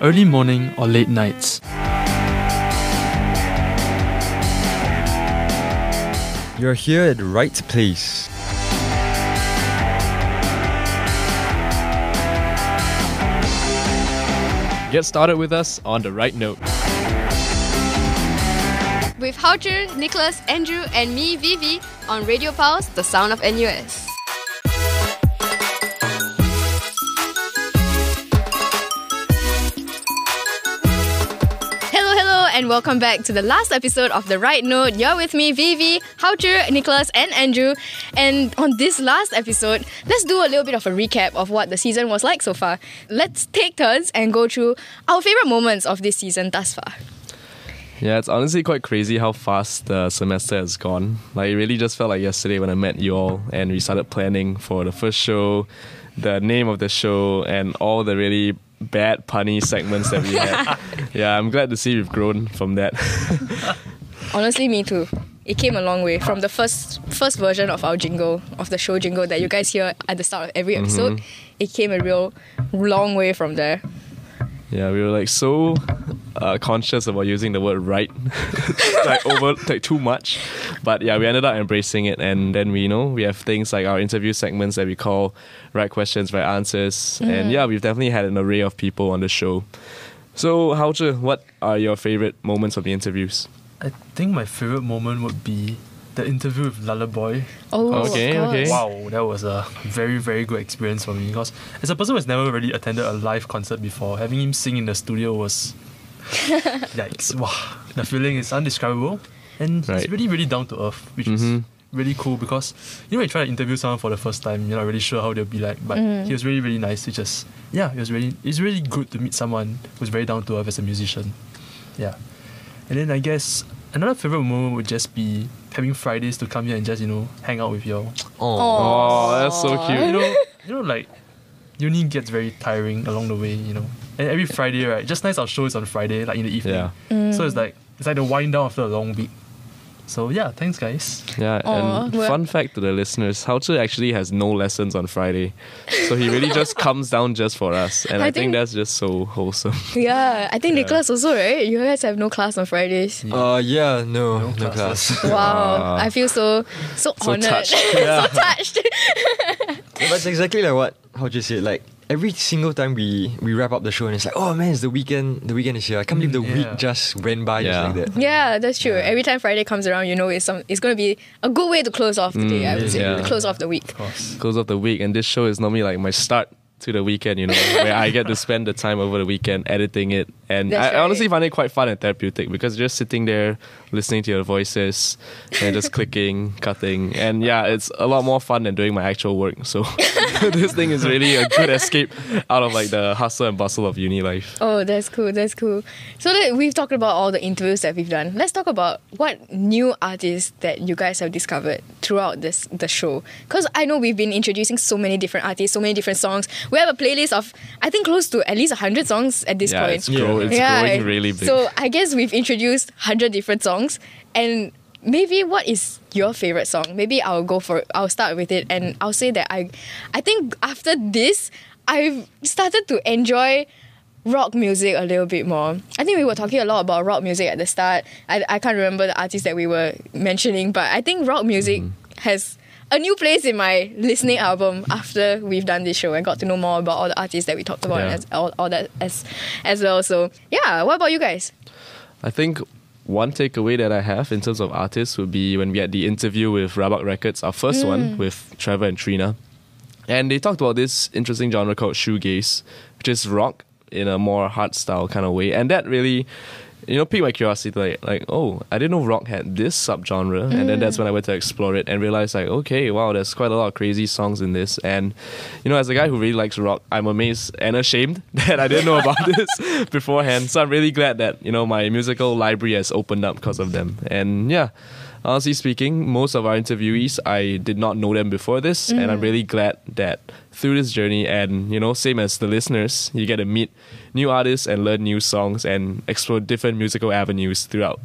early morning or late nights. You're here at the right place. Get started with us on the right note. With Houcher, Nicholas, Andrew, and me, Vivi, on Radio Pulse, the sound of NUS. Hello, hello, and welcome back to the last episode of The Right Note. You're with me, Vivi, Houcher, Nicholas, and Andrew. And on this last episode, let's do a little bit of a recap of what the season was like so far. Let's take turns and go through our favorite moments of this season thus far. Yeah, it's honestly quite crazy how fast the semester has gone. Like, it really just felt like yesterday when I met you all and we started planning for the first show, the name of the show, and all the really bad, punny segments that we had. yeah, I'm glad to see we've grown from that. Honestly, me too. It came a long way from the first first version of our jingle, of the show jingle that you guys hear at the start of every Mm-hmm. episode. It came a real long way from there. yeah, we were like so uh, conscious about using the word right, like over, like too much. But yeah, we ended up embracing it, and then we you know we have things like our interview segments that we call right questions, right answers, and yeah, we've definitely had an array of people on the show. So, Haoche, what are your favorite moments of the interviews? I think my favorite moment would be the interview with Lullaboy. Oh, of Okay, course. okay. Wow, that was a very, very good experience for me because as a person who's never really attended a live concert before, having him sing in the studio was yikes. Wow, the feeling is undescribable and Right. it's really, really down to earth, which is Mhm. really cool because you know, when you try to interview someone for the first time, you're not really sure how they'll be like, but he was really, really nice. Which is, yeah, it was really, it's really good to meet someone who's very down to earth as a musician. Yeah. And then I guess another favorite moment would just be having Fridays to come here and just, you know, hang out with y'all. Oh, that's so Aw. cute. You know, you know, like uni gets very tiring along the way, you know. And every Friday, right? Just nice our show is on Friday, like in the evening. Yeah. So it's like it's like the wind down after a long week. So yeah, thanks guys. Yeah, Aw, and we're- fun fact to the listeners, Haoche actually has no lessons on Friday. So he really just comes down just for us. And I I, think, think- that's just so wholesome. Yeah, I think Nicholas also, right? You guys have no class on Fridays. Uh, yeah, no, no, class. Wow, I feel so so Ah. So honored, touched. so touched. Yeah, but it's exactly like what how you said. Like every single time we we wrap up the show, and it's like, oh man, it's the weekend. The weekend is here. I can't believe the Mm, yeah. week just went by Yeah. just like that. yeah, that's true. Every time Friday comes around, you know it's some it's gonna be a good way to close off the day. I would say Mm, yeah. to close off the week. Close of the week, and this show is normally like my start to the weekend, you know, where I get to spend the time over the weekend editing it. And I, That's I honestly right. find it quite fun and therapeutic because just sitting there listening to your voices and just clicking, cutting. And yeah, it's a lot more fun than doing my actual work. So this thing is really a good escape out of like the hustle and bustle of uni life. Oh, that's cool. That's cool. So that we've talked about all the interviews that we've done. Let's talk about what new artists that you guys have discovered throughout this the show. Because I know we've been introducing so many different artists, so many different songs. We have a playlist of I think close to at least hundred songs at this yeah, point. It's, grow- it's growing really big. So I guess we've introduced hundred different songs, and maybe what is your favorite song? Maybe I'll go for I'll start with it, and I'll say that I, I think after this, I've started to enjoy rock music a little bit more. I think we were talking a lot about rock music at the start. I I can't remember the artists that we were mentioning, but I think rock music has. A new place in my listening album after we've done this show and got to know more about all the artists that we talked about Yeah. as, all, all that as as well. So yeah, what about you guys? I think one takeaway that I have in terms of artists would be when we had the interview with Rabak Records, our first one Mm. with Trevor and Trina. And they talked about this interesting genre called shoegaze, which is rock in a more hard style kind of way. And that really, you know, piqued my curiosity. Like, like oh, I didn't know rock had this subgenre. And then that's when I went to explore it and realized, like, okay, wow, there's quite a lot of crazy songs in this. And, you know, as a guy who really likes rock, I'm amazed and ashamed that I didn't know about this beforehand. So I'm really glad that, you know, my musical library has opened up because of them. And yeah, honestly speaking, most of our interviewees, I did not know them before this, and Mm-hmm. I'm really glad that through this journey, and you know, same as the listeners, you get to meet new artists and learn new songs and explore different musical avenues throughout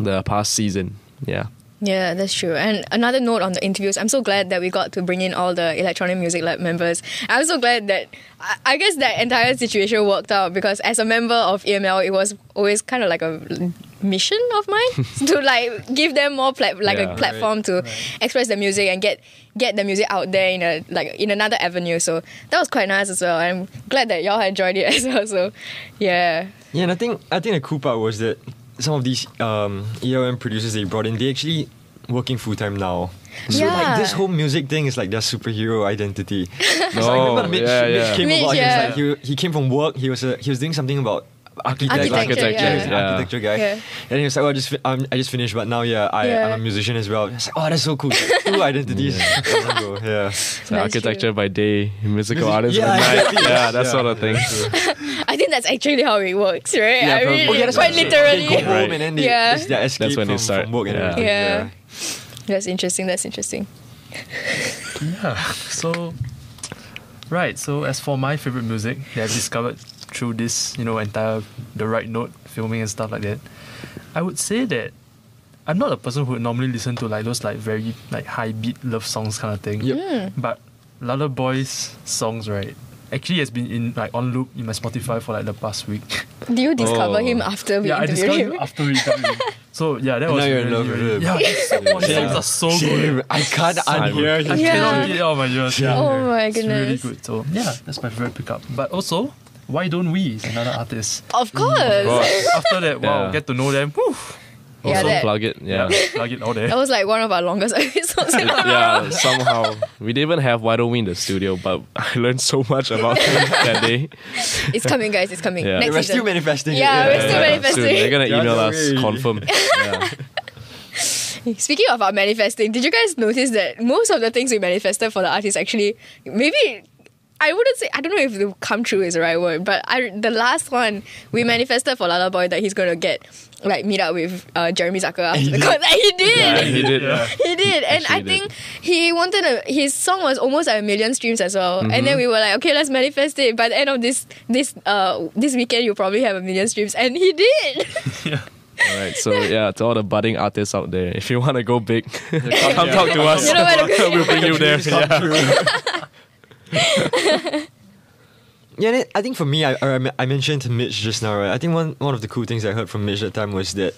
the past season. Yeah. Yeah, that's true. And another note on the interviews, I'm so glad that we got to bring in all the Electronic Music Lab members. I'm so glad that I, I guess that entire situation worked out because as a member of EML, it was always kind of like a mission of mine to like give them more plat- like Yeah. a platform to express their music and get get the music out there in a like in another avenue. So that was quite nice as well. I'm glad that y'all enjoyed it as well. So yeah, Yeah, and I think I think the cool part was that some of these um, ELM producers they brought in, they actually working full time now. So Yeah. like this whole music thing is like their superhero identity. It's like, Oh, remember Mitch, yeah, Mitch yeah. came Mitch, about. yeah. He, was like, he, he came from work. He was a, he was doing something about architect- Architecture, yeah. he's an architecture guy. Yeah. And he was like, "Oh, I just fi- um, I just finished, but now yeah, I, Yeah. I'm a musician as well." It's like, "Oh, that's so cool. Two identities." in one go. yeah. It's like That's true. architecture by day, musical Music- artist yeah, by night. exactly. Yeah, that Yeah. sort of thing. I think that's actually how it works, right? Yeah, I probably. mean, Oh, yeah, that's quite what I'm They literally. go home Right. and then they, Yeah. it's their escape when they from, start, from work and yeah. everything. Yeah. That's interesting. That's interesting. Yeah. So, right. So as for my favorite music that I've discovered through this, you know, entire the right note filming and stuff like that, I would say that I'm not a person who would normally listen to like those like very like high beat love songs kind of thing. Yep. But Lala Boy's songs, right? Actually, has been in like on loop in my Spotify for like the past week. Do you discover Oh. him after we yeah, I interviewed discovered him? him after we interviewed him. So yeah, that And was now you're in really, love with really- him. Yeah, his songs Yeah. are so good. Shame, I can't Simon. unhear I him. Yeah. cannot get it out of my ears. Yeah. Oh my It's really goodness. good. So yeah, that's my favorite pickup. But also, why don't we? Is another artist. Of course. After that, wow, Yeah. get to know them. Whew. Yeah, also that- plug it. Yeah. plug it out there. That was like one of our longest episodes. in a row. yeah, somehow. We didn't even have Why Don't We in the studio, but I learned so much about them that day. It's coming, guys. It's coming. Yeah. Next We're season. still manifesting. it, Yeah, we're still Yeah, manifesting. soon. They're going to Yeah, email no us, way. confirm. Yeah. Speaking of our manifesting, did you guys notice that most of the things we manifested for the artists actually maybe I wouldn't say I don't know if the come true is the right word, but I, the last one we manifested for Lala Boy that he's gonna get like meet up with uh, Jeremy Zucker after the concert. He did. Yeah, he did. Yeah. He did, and I actually did. think he wanted a, his song was almost at a million streams as well. And Mm-hmm. then we were like, okay, let's manifest it. By the end of this this uh this weekend, you'll probably have a million streams, and he did. All right. So, yeah, to all the budding artists out there, if you want to go big, come talk to us. You know where to go. we'll bring you there. Yeah. Yeah, and it- I think for me, I, I, I mentioned to Mitch just now, right? I think one, one of the cool things I heard from Mitch that time was that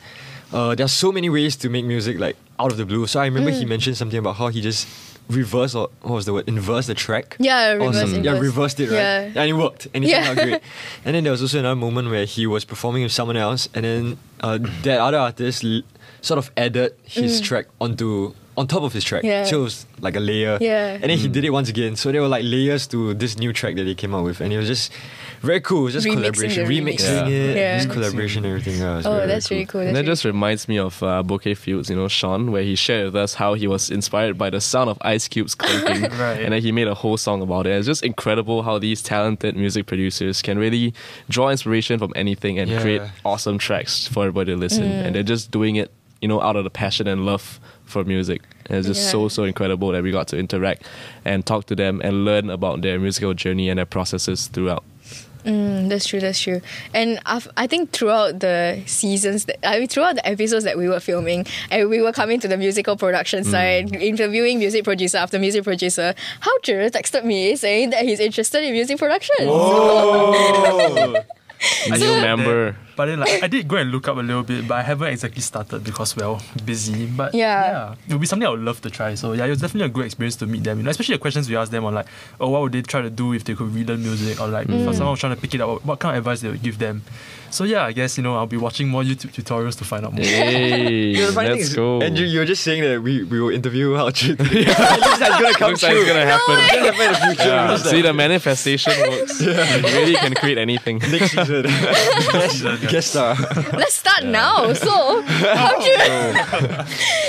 uh, there are so many ways to make music like out of the blue. So I remember he mentioned something about how he just reversed or what was the word? Inverse the track. Yeah, Or reverse, something. Yeah, inverse. reversed it, right? Yeah. And it worked. And it Yeah. turned out great. And then there was also another moment where he was performing with someone else, and then uh, that other artist l- sort of added his track onto on top of his track. Mm. Yeah. So it was like a layer. Yeah. And then Mm. he did it once again. So there were like layers to this new track that he came out with, and it was just very cool. It was just Remixing collaboration, the remix. remixing Yeah. it, Yeah. just collaboration, and everything. Yeah, it was Oh, very, very that's really cool. And that's that really just reminds me of uh, Bouquet Fields, you know, Sean, where he shared with us how he was inspired by the sound of ice cubes clinking. Right. And then he made a whole song about it. It's just incredible how these talented music producers can really draw inspiration from anything and Yeah. create awesome tracks for everybody to listen. And they're just doing it, you know, out of the passion and love for music. And it's just Yeah. so, so incredible that we got to interact and talk to them and learn about their musical journey and their processes throughout. Mm, that's true. That's true. And I've, I think throughout the seasons, that, I mean, throughout the episodes that we were filming, and we were coming to the musical production Mm. side, interviewing music producer after music producer. How Jiro texted me saying that he's interested in music production. I New did that, member. But then, like, I did go and look up a little bit, but I haven't exactly started because well, busy. But Yeah. it would be something I would love to try. So yeah, it was definitely a good experience to meet them. You know, especially the questions we asked them on like, oh, what would they try to do if they could relearn music, or like Mm. if someone was trying to pick it up, what kind of advice they would give them. So yeah, I guess you know I'll be watching more YouTube tutorials to find out more. Hey, Yeah, the funny thing let's is- go. And you, you were just saying that we, we will interview how to. At least that's gonna come Looks like it's true. gonna happen. It's gonna happen in the future. Yeah. It's like See, the manifestation works. you really can create anything. next season. Guest- Guest star. Let's start now. So, how Jiro, Oh.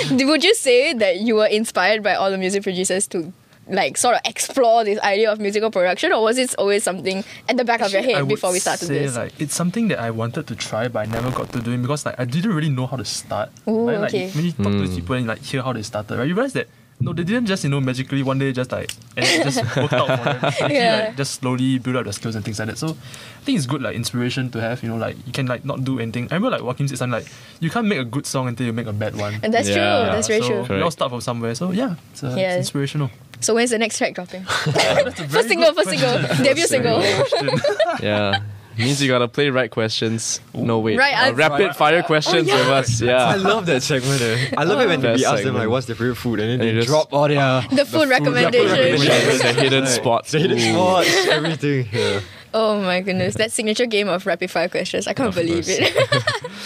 would you say that you were inspired by all the music producers to? Like sort of explore this idea of musical production, or was it always something at the back of your I head would before we started say, this? Like, it's something that I wanted to try, but I never got to doing because like I didn't really know how to start. Ooh, right? like, okay. Hmm. When you talk to these people and like hear how they started, right, you realize that No, they didn't just you know magically one day just like and it just worked out for them. They Actually, Yeah. like, just slowly build up their skills and things like that. So I think it's good like inspiration to have. You know, like you can like not do anything. I remember like Joaquin said something like you can't make a good song until you make a bad one. And that's true. Yeah. That's very so true. We all Correct. start from somewhere. So yeah, it's, uh, Yeah. it's inspirational. So when's the next track dropping? That's a very First single, good first single, question. debut That's a single. very good question. yeah. Means you gotta play right questions. No wait. Right Oh, Uh, answer. rapid fire questions with us. I Yeah. love that segment. eh. I love it when Best we ask them segment. like, "What's their favorite food?" and then And you just- they drop all their The food recommendation. recommendations, the hidden spots. the hidden Ooh. spots, everything. Yeah. Oh my goodness, that signature game of rapid fire questions. I can't Of believe it.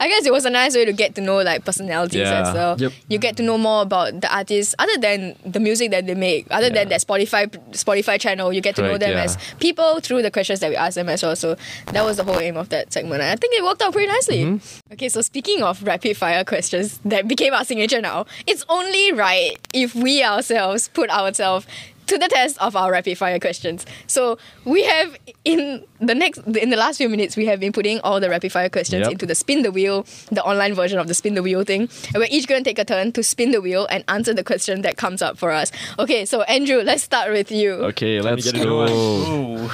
I guess it was a nice way to get to know like personalities Yeah. as well. Yep. You get to know more about the artists other than the music that they make, other than Yeah. their Spotify Spotify channel. You get to know Correct, them yeah. as people through the questions that we ask them as well. So that was the whole aim of that segment, and I think it worked out pretty nicely. Mm-hmm. Okay, so speaking of rapid fire questions that became our signature now, it's only right if we ourselves put ourselves to the test of our rapid fire questions. So we have in the next in the last few minutes we have been putting all the rapid fire questions Yep. into the spin the wheel, the online version of the spin the wheel thing. And we're each gonna take a turn to spin the wheel and answer the question that comes up for us. Okay, so Andrew, let's start with you. Okay, let's get it going. go. Ooh.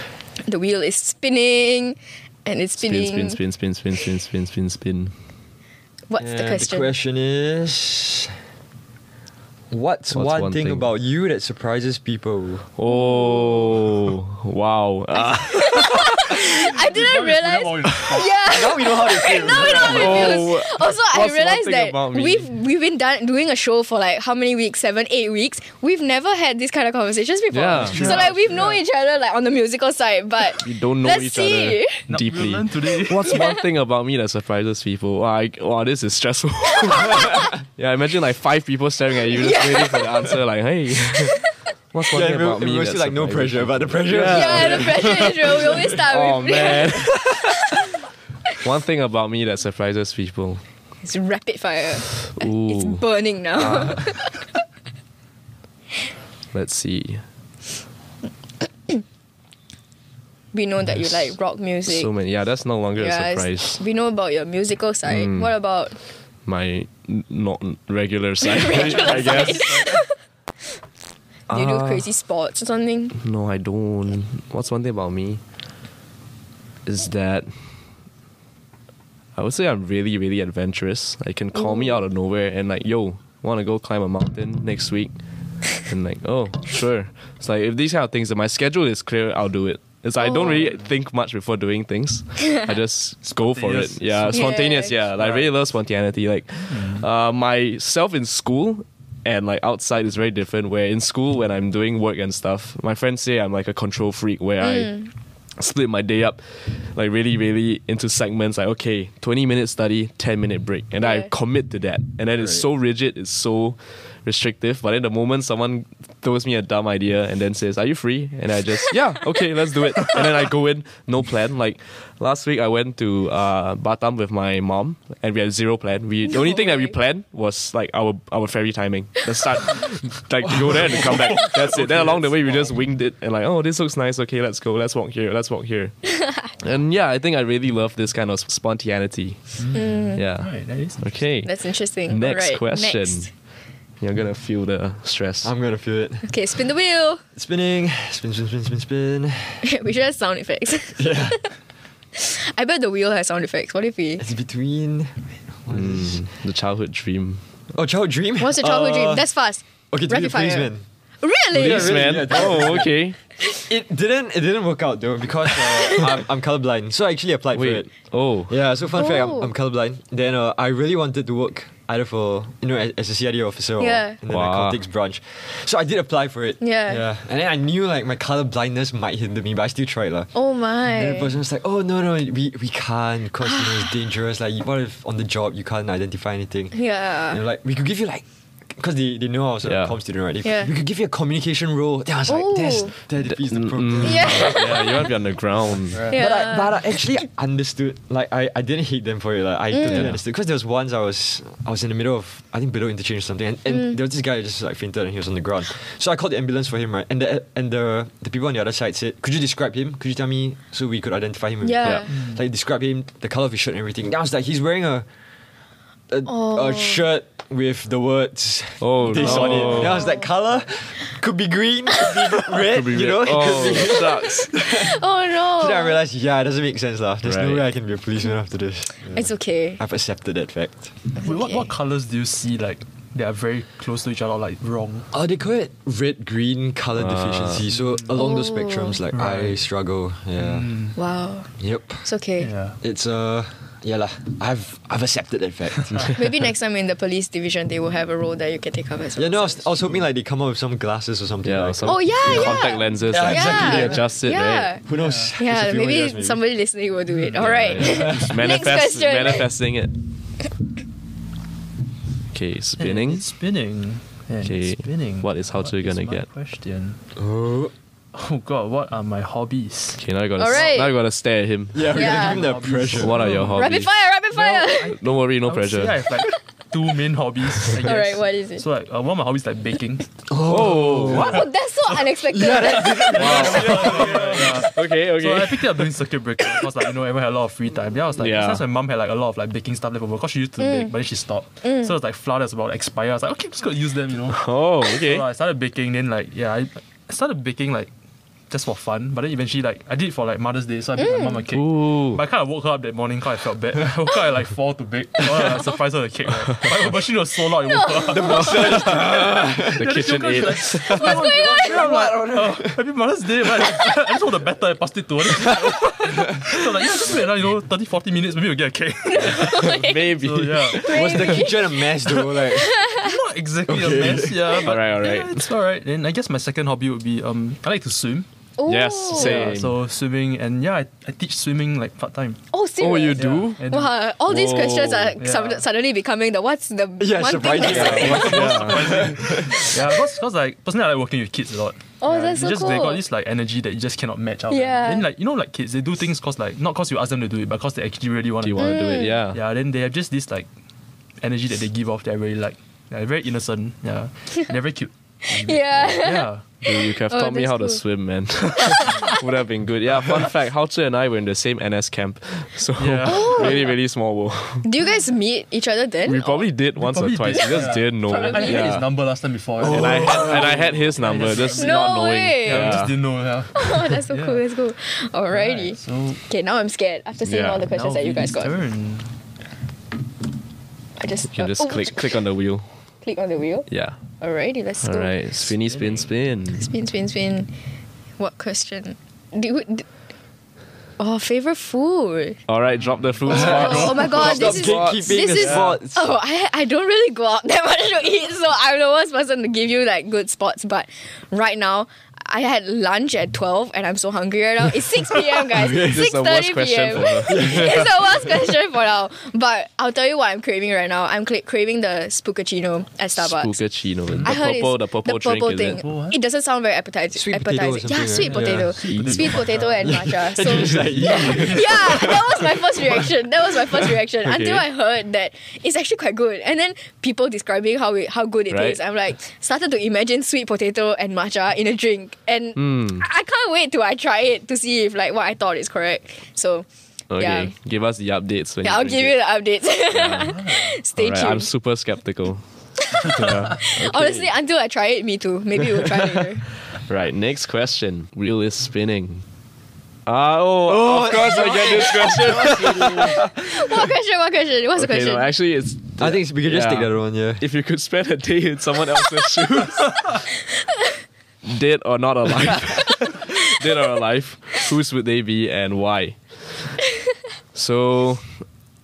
The wheel is spinning and it's Spin, spinning. spin, spin, spin, spin, spin, spin, spin, spin. What's And the question? question is, what's, one, thing, about you that surprises people? Oh wow. Uh, I didn't realize Yeah. now we know how to feel. now we don't Oh, reviews. Also, I what's one realized thing that about me? we've we've been done, doing a show for like how many weeks? Seven, eight weeks. We've never had these kind of conversations before. Yeah. So like we've known each other like on the musical side, but we don't know Let's each see. other deeply. today. What's one thing about me that surprises people? Wow, I, wow this is stressful. yeah, imagine like five people staring at you, just waiting for the answer. Like, hey, what's one Yeah, thing we- about we me? were that still like no surprises pressure, but the pressure. Yeah. yeah, the pressure is real. We always start Oh with man. One thing about me that surprises people. it's rapid fire. Uh, It's Ooh, burning now. Uh-huh. let's see. we know that you like rock music. So many. Yeah, that's no longer a yeah, it's- surprise. we know about your musical side. Mm. What about My n- not regular side. I guess. do you do Ah. crazy sports or something? No, I don't. What's one thing about me is that I would say I'm really, really adventurous. I can call me out of nowhere and like, yo, want to go climb a mountain next week? And like, oh, sure. It's like if these kind of things, if my schedule is clear, I'll do it. It's like I don't Oh. really think much before doing things. I just go for it. Spontaneous. Yeah, spontaneous. Yeah. Yeah, like, I really love spontaneity. Like uh, myself in school and like outside is very different. Where in school, when I'm doing work and stuff, my friends say I'm like a control freak. Where I split my day up, like really, really into segments. Like okay, twenty minute study, ten minute break, and I Yeah. commit to that. And then it's so rigid. It's so restrictive but in the moment someone throws me a dumb idea and then says are you free and i just yeah okay let's do it and then i go in no plan like last week i went to uh batam with my mom and we had zero plan we the only No thing that we way. planned was like our our ferry timing the start like to go there and come back that's it then along the way we just winged it and like oh this looks nice okay let's go let's walk here let's walk here and yeah i think i really love this kind of spontaneity Mm. yeah Right, that is okay That's interesting. Next Alright, question. next. You're gonna feel the stress. I'm gonna feel it. Okay, spin the wheel. Spinning, spin, spin, spin, spin, spin. we should have sound effects. I bet the wheel has sound effects. What if we? It's between. what is- Mm, the childhood dream. Oh, childhood dream. What's your childhood Uh, dream? That's fast. okay. To be a rapid fire. policeman. Really? Yeah, really, man. yeah. oh, okay. It didn't. It didn't work out though because uh, I'm, I'm colorblind. So I actually applied for Wait. it. Oh. Yeah, so fun fact, I'm, Oh. I'm colorblind. Then uh, I really wanted to work either for, you know, as a CID officer or Yeah. in the Wow. narcotics branch. So I did apply for it. Yeah. Yeah. And then I knew like my color blindness might hinder me, but I still tried. lah. Oh And the my. person was like, oh, no, no, we, we can't because you know, it's dangerous. Like, what if on the job you can't identify anything? And Yeah. they're like, we could give you like, because they, they know I was a Yeah. comm student, right? They- Yeah. We could give you a communication role. Then I was like, that's, Oh. that defeats Mm, the purpose. Yeah. yeah, you want to be on the ground. But Yeah. I, but I actually understood. Like I, I didn't hate them for it. Like I Mm. totally understood. Because there was once I was I was in the middle of I think below interchange or something, and, Mm. and there was this guy who just like fainted and he was on the ground. So I called the ambulance for him, right? And the and the the people on the other side said, "Could you describe him? Could you tell me so we could identify him?" when we Mm. Yeah. come up?" Like describe him, the color of his shirt and everything. And I was like, he's wearing a a, Oh. a shirt with the words Oh, this on it. no. And I was like, color could be green, could be red, Could be you red. know? Oh, sucks. Oh no. Then I realized, yeah, it doesn't make sense, lah. There's no Right. way I can be a policeman after this. It's okay. I've accepted that fact. Wait, what, okay. what colors do you see like that are very close to each other or like wrong? Oh, they call it red green color deficiency. So along those Oh. spectrums, like Right. I struggle. Yeah. Hmm. Wow. Yep. It's okay. Yeah. It's uh, yeah lah. I've I've accepted that fact. Maybe next time in the police division, they will have a role that you can take up as well. yeah, no, I was, I was hoping like they come up with some glasses or something. Yeah, like, some Oh, yeah, yeah. contact lenses. Yeah, like, exactly. they adjust it, yeah. right? Who knows? It's a Yeah, few more maybe, years, somebody listening will do it. All right. Just manifest, question. manifesting it. Okay, spinning. It's spinning. Yeah, it's Okay, spinning. what is how to gonna my get? Question. Oh. Oh god, what are my hobbies? Okay, now you gotta All s- right. now you gotta stare at him. Yeah, we're Yeah. gonna give him that pressure. What are your hobbies? rapid fire, rapid fire. Well, I- Don't worry, no I would say pressure. I have like two main hobbies. I guess. All right, what is it? So like uh, one of my hobbies is like baking. Oh, oh, that's so unexpected. Yeah. okay, So I okay. picked it up during circuit breaker because like you know everyone had a lot of free time. Yeah, I was like Yeah. since my mum had like a lot of like baking stuff left over because she used to Mm. bake, but then she stopped. So it's like flour that's about to expire. I was like, okay, I'm just gonna use them, you know. Oh, okay. So I started baking, then like yeah, I, I started baking like just for fun. But then eventually like I did it for like Mother's Day, so I baked my mum a cake. Ooh. But I kind of woke her up that morning because I felt bad. I woke up at like 4 to bake. Oh, I surprised her with a cake. Right? But the machine was so loud, it woke her up. The kitchen aid. What's going on? I'm like, uh, happy Mother's Day. Right? I just want the batter and passed it to her. so I'm like, yeah, just wait another, you know, 30, 40 minutes, maybe we'll get a cake. Maybe. so yeah. Was the kitchen a mess though? Like, Not exactly Okay. a mess, yeah. But Alright, alright. yeah, it's alright. And I guess my second hobby would be um, I like to swim. Yes, Oh. same. Yeah, so swimming, and yeah, I, I teach swimming like part time. Oh, serious? Oh, you do? Yeah, I do. Wow, all these Whoa. questions are sud- Yeah. suddenly becoming the what's the yeah, one thing surprising. that's Yeah. Yeah, because cause, like personally, I like working with kids a lot. Oh, Yeah, that's they so just, They cool. got this like energy that you just cannot match out. Yeah. Then like you know like kids, they do things cause like not cause you ask them to do it, but cause they actually really want to. Do you want to do Mm. it? Yeah. Yeah. Then they have just this like energy that they give off that I really like. They're very innocent. Yeah. They're very cute. yeah. Yeah. Dude, you could have Oh, taught me that's how cool. to swim, man. Would have been good. Yeah, fun fact, Hao Tzu and I were in the same NS camp. So Yeah. really, really small world. Do you guys meet each other then? We probably did once probably or twice. did, We just yeah. didn't know. I think Yeah. his number last time before. And I had, and I had his number, just No not knowing. way. yeah, we Yeah. just didn't know. Yeah. Oh, that's so cool. Yeah. That's cool. Right, Alrighty. so Okay, now I'm scared after seeing Yeah. all the questions now that you guys Vinny's got. turn. I just You can uh, just oh, click click on the wheel. click on the wheel. Yeah. Alrighty, let's All go. right. Spinny, spin, spin. Spin, spin, spin. What question? Do you, d- oh, favorite food. All right. Drop the food Oh, spot. my god, Stop this is this gatekeeping the is- spots. Oh, I I don't really go out that much to eat, so I'm the worst person to give you like good spots. But right now, I had lunch at twelve, and I'm so hungry right now. It's six p.m. guys. This is Six the worst thirty question p.m. for her. it's the worst question for now. But I'll tell you what I'm craving right now. I'm cra- craving the spookaccino at Starbucks. Spookachino. The I heard purple, it's the purple drink is thing. it? Oh, what? It doesn't sound very appetizing. Sweet potato or appetizing. Yeah, something, sweet right? potato, Yeah. Sweet sweet potato and matcha. So It's like, yeah, that was my first reaction. That was my first reaction until Okay. I heard that it's actually quite good. And then people describing how it, how good it Right. tastes. I'm like started to imagine sweet potato and matcha in a drink, and Hmm. I I can't wait till I try it to see if like what I thought is correct. So Okay. Yeah. Give us the updates when yeah, you I'll drink give it. you the updates. Stay Alright, I'm tuned. super skeptical. Honestly, until I try it, me too. Maybe we'll try later. Right, next question. Wheel is spinning. Ah, oh, Oh, of course I get this question. what question? What question? What's the okay, question? no, actually, it's I think we can just Yeah. take that one, yeah. if you could spend a day in someone else's shoes, dead or not alive, dead or alive, whose would they be and why? So,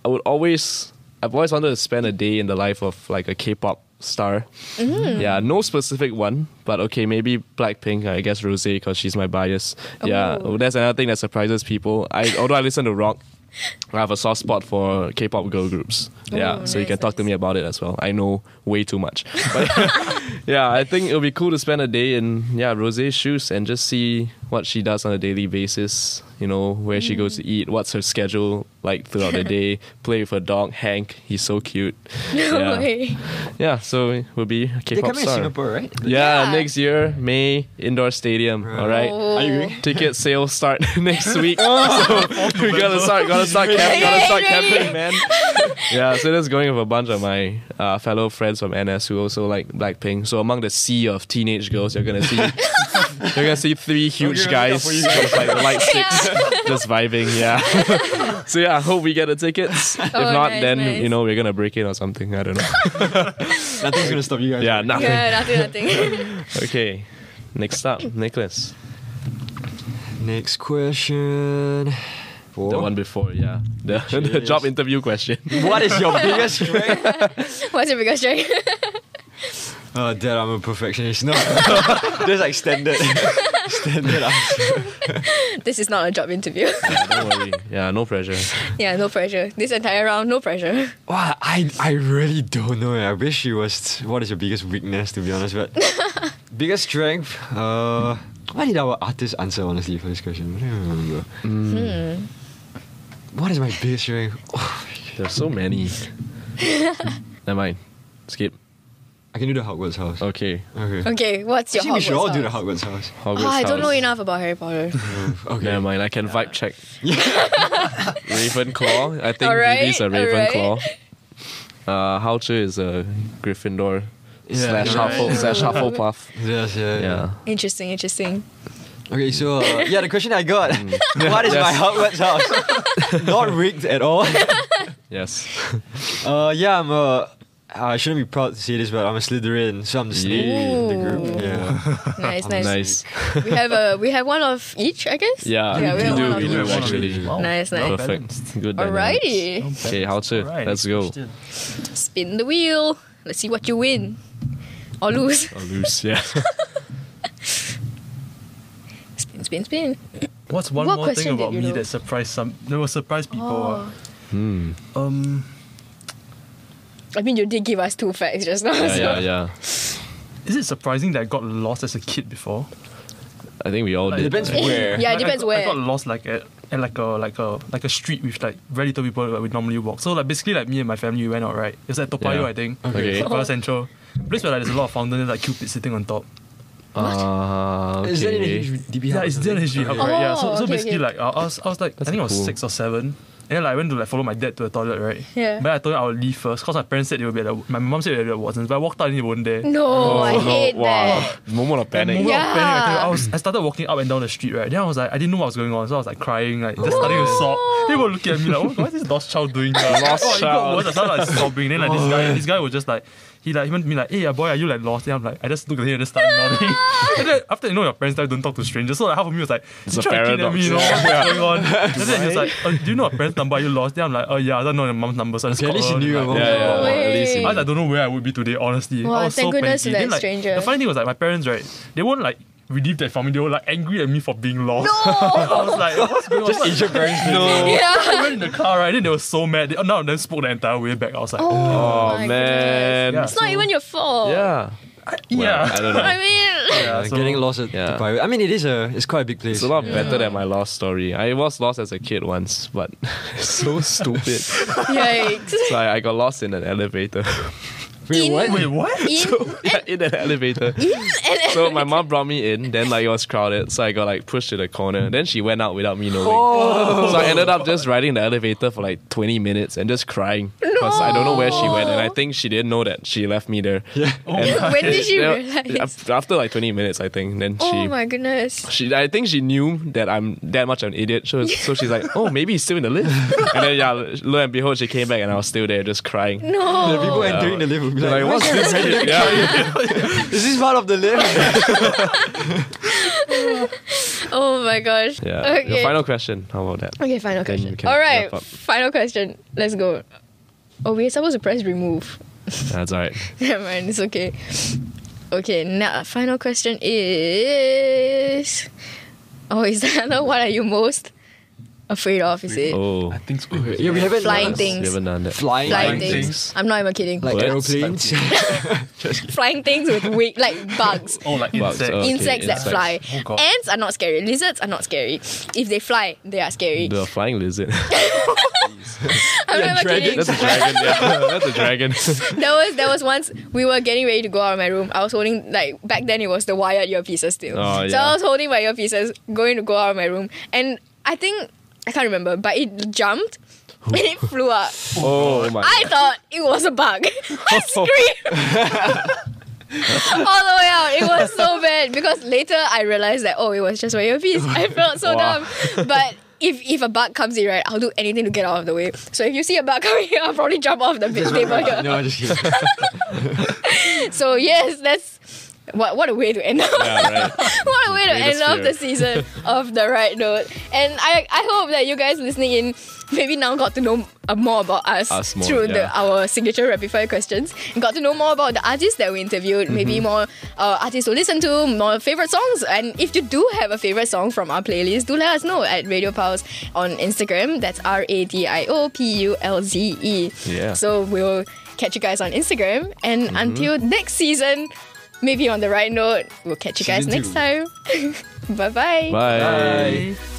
I would always, I've always wanted to spend a day in the life of like a K-pop star. Yeah, no specific one, but okay, maybe Blackpink. I guess Rosé because she's my bias. Yeah, Oh. that's another thing that surprises people. I although I listen to rock, I have a soft spot for K-pop girl groups. Yeah, Oh, so you nice, can talk to nice. me about it as well. I know way too much. But yeah, I think it would be cool to spend a day in yeah Rosé's shoes and just see what she does on a daily basis. You know where she goes to Mm. eat, what's her schedule like throughout the day. Play with her dog Hank. He's so cute. No yeah. way. Yeah, so it would be a They're K-pop coming to star. Singapore, right? Yeah, Yeah. Oh. next year, May, indoor stadium. All right. Are you going? Ticket sales start next week. so we gotta start, gotta start, camp, gotta start Really? camping, man. yeah, so that's going with a bunch of my uh, fellow friends from NS who also like Blackpink. So among the sea of teenage girls, you're gonna see you're gonna see three huge Okay, I'll look out guys for you just like like six just vibing. Yeah. so yeah, I hope we get the tickets. if Oh, not, nice, then nice. you know we're gonna break in or something. I don't know. Nothing's gonna stop you guys. yeah, nothing. yeah, nothing, nothing. Okay. Next up, Nicholas. Next question. Four. The one before, yeah. The, the Jeez. job interview question. What is your biggest strength? What's your biggest strength? Uh, that I'm a perfectionist. No, that's like standard, standard answer. this is not a job interview. Yeah, don't worry. Yeah, no pressure. yeah, no pressure. This entire round, no pressure. Wow, I I really don't know. eh. I wish it was. What is your biggest weakness, to be honest? But biggest strength. Uh, what did our artist answer honestly for this question? I don't remember. What is my biggest strength? Oh, There's so many. Never mind. Skip. I can do the Hogwarts house. Oh. Okay. Okay. Okay, what's your Actually, we should all Hogwarts do the house? Hogwarts house. Hogwarts Oh, I don't House. know enough about Harry Potter. Okay. Never mind. I can vibe check. Ravenclaw. I think Alright, Vivi's a alright. Ravenclaw. Uh, Houcher is a Gryffindor Yeah, slash right. Huffle slash Hufflepuff. Yes, yeah, Yeah. interesting, interesting. Okay, so uh, yeah, the question I got: What is Yes. my Hogwarts house? Not rigged at all. Yes. Uh, yeah, I'm a. I shouldn't be proud to say this, but I'm a Slytherin, so I'm the snake in the group. Ooh. Yeah. Nice, nice. Nice. We have a we have one of each, I guess. Yeah. Yeah, we have do. one We of do each. actually. Wow. Nice, nice. Well balanced. Perfect. Good. dynamics. Alrighty, Okay, Hao-Chi, Alright, let's next go. question. spin the wheel. Let's see what you win or lose. Or loose. Yeah. Spin, spin, spin. What's one What more question thing did about you me know? that surprised some? No, surprised people. Oh. Hmm. Um, I mean, you did give us two facts just now. Yeah, so. yeah, yeah. is it surprising that I got lost as a kid before? I think we all Like, did. depends right? where. Yeah, it Like, I depends got- where. I got lost like at, at like a like a like a street with like very little people that we normally walk. So like basically like me and my family we went out right. It's at Toa Payoh Yeah. I think. Okay. Oh. Toa Payoh Central. Place where like, there's a lot of fountains like Cupid sitting on top. Ah, okay. Is that in the HDB Yeah, house? it's there in HDB hub, Okay. right? Yeah. So, Oh, so okay, basically like okay. I was I was like I think I was cool. six or seven. And then like, I went to like follow my dad to the toilet, right? Yeah. But I told him I would leave first because my parents said they would be at the, my mom said they would be at Watson's, but I walked out and they weren't there. Oh, No, I Oh, hate that. Moment of panic. Moment of Yeah. panic, I, tell you, I was I started walking up and down the street, right? Then I was like I didn't know what was going on, so I was like crying, like just starting to sob. People were looking at me like, what, what is this lost child doing? Like, Lost oh, it got child. worse. I started like sobbing. Then like this guy this guy was just like he like he went to me like, hey boy, are you like lost? Then I'm like, I just looked at him and just started nodding. and then after you know your parents tell you don't talk to strangers, so like half of me was like, It's you a trying to kidnap me, you know, paradox. what's going on? And then he was like, oh, do you know your parents' number? Are you lost? Then I'm like, oh yeah, I don't know your mom's number, so I just Okay, at called least you her. knew your Like, mom. Yeah, yeah. No At least way. in- I, I don't know where I would be today, honestly. Wow, I was thank so goodness panicky. to that Then, like, stranger. The funny thing was like my parents, right? They weren't like relieved that for me. They were like angry at me for being lost. I was like, what's going on? Just Asian parents know. Yeah. I went in the car, right? Then they were so mad. They, none of them spoke the entire way back. I was like, Oh, Oh my man. goodness. It's not even your fault. Yeah. yeah. I don't know. I mean, Yeah, Uh, so- getting lost at Yeah. the pirate. I mean, it is a. It's quite a big place. It's a lot better than my lost story. I was lost as a kid once, but so stupid. So yikes. I, I got lost in an elevator. Wait, In- what? Wait, what? In, Yeah, in an elevator. and, So my mom brought me in, then like it was crowded, so I got like pushed to the corner. Then she went out without me knowing. Oh. So I ended up just riding the elevator for like 20 minutes and just crying because I don't know where she went, and I think she didn't know that she left me there. Yeah. when did she realize? After like 20 minutes, I think. Then she Oh my goodness. She, I think she knew that I'm that much of an idiot, so, so she's like, "Oh, maybe he's still in the lift." And then yeah, lo and behold, she came back and I was still there, just crying. No. The people entering the lift will be like, Like, what's this kid? Yeah. Is this part of the lift? Oh my gosh. yeah. Your Okay. final question. How about that? okay, final Then you question. can All right, wrap up. final question. Let's go. Oh, we're supposed to press remove. That's all right. Never mind, it's okay. Okay, now final question is. Oh, is that not what are you most afraid of? Is it Oh, think so. yeah, we haven't. Flying thing. we things. haven't done that. Flying, flying things. things. I'm not even kidding. Like What? aeroplanes. flying things with wing, like bugs. Oh, like Bugs, insects. oh. Okay, insects that insects. fly. Oh, God. Ants are not scary. Lizards are not scary. If they fly, they are scary. The flying lizard. I'm not even kidding. That's a dragon. Yeah, that's a dragon. there was there was once we were getting ready to go out of my room. I was holding like back then it was the wired earpieces still. Oh, So yeah. I was holding my earpieces going to go out of my room, and I think I can't remember, but it jumped and it flew up. Oh my I thought it was a bug. I screamed all the way out. It was so bad because later I realized that oh, it was just my earpiece. I felt so Wow. dumb. But if if a bug comes in, right, I'll do anything to get out of the way. So if you see a bug coming, I'll probably jump off the bit- table here. No, I'm just kidding. So yes, that's what what a way to end up. Yeah, right. what a way to Greatest end off fear. the season of the right note. And I I hope that you guys listening in maybe now got to know uh, more about us, Us more, through the, yeah. our signature rapid fire questions. Got to know more about the artists that we interviewed, Mm-hmm. maybe more uh, artists to listen to, more favorite songs. And if you do have a favorite song from our playlist, do let us know at Radio Pulse on Instagram. That's R A D I O P U L Z E. Yeah. Mm-hmm. So we'll catch you guys on Instagram. And until next season, maybe on the right note, we'll catch you guys Season next two. time. Bye-bye. Bye. Bye.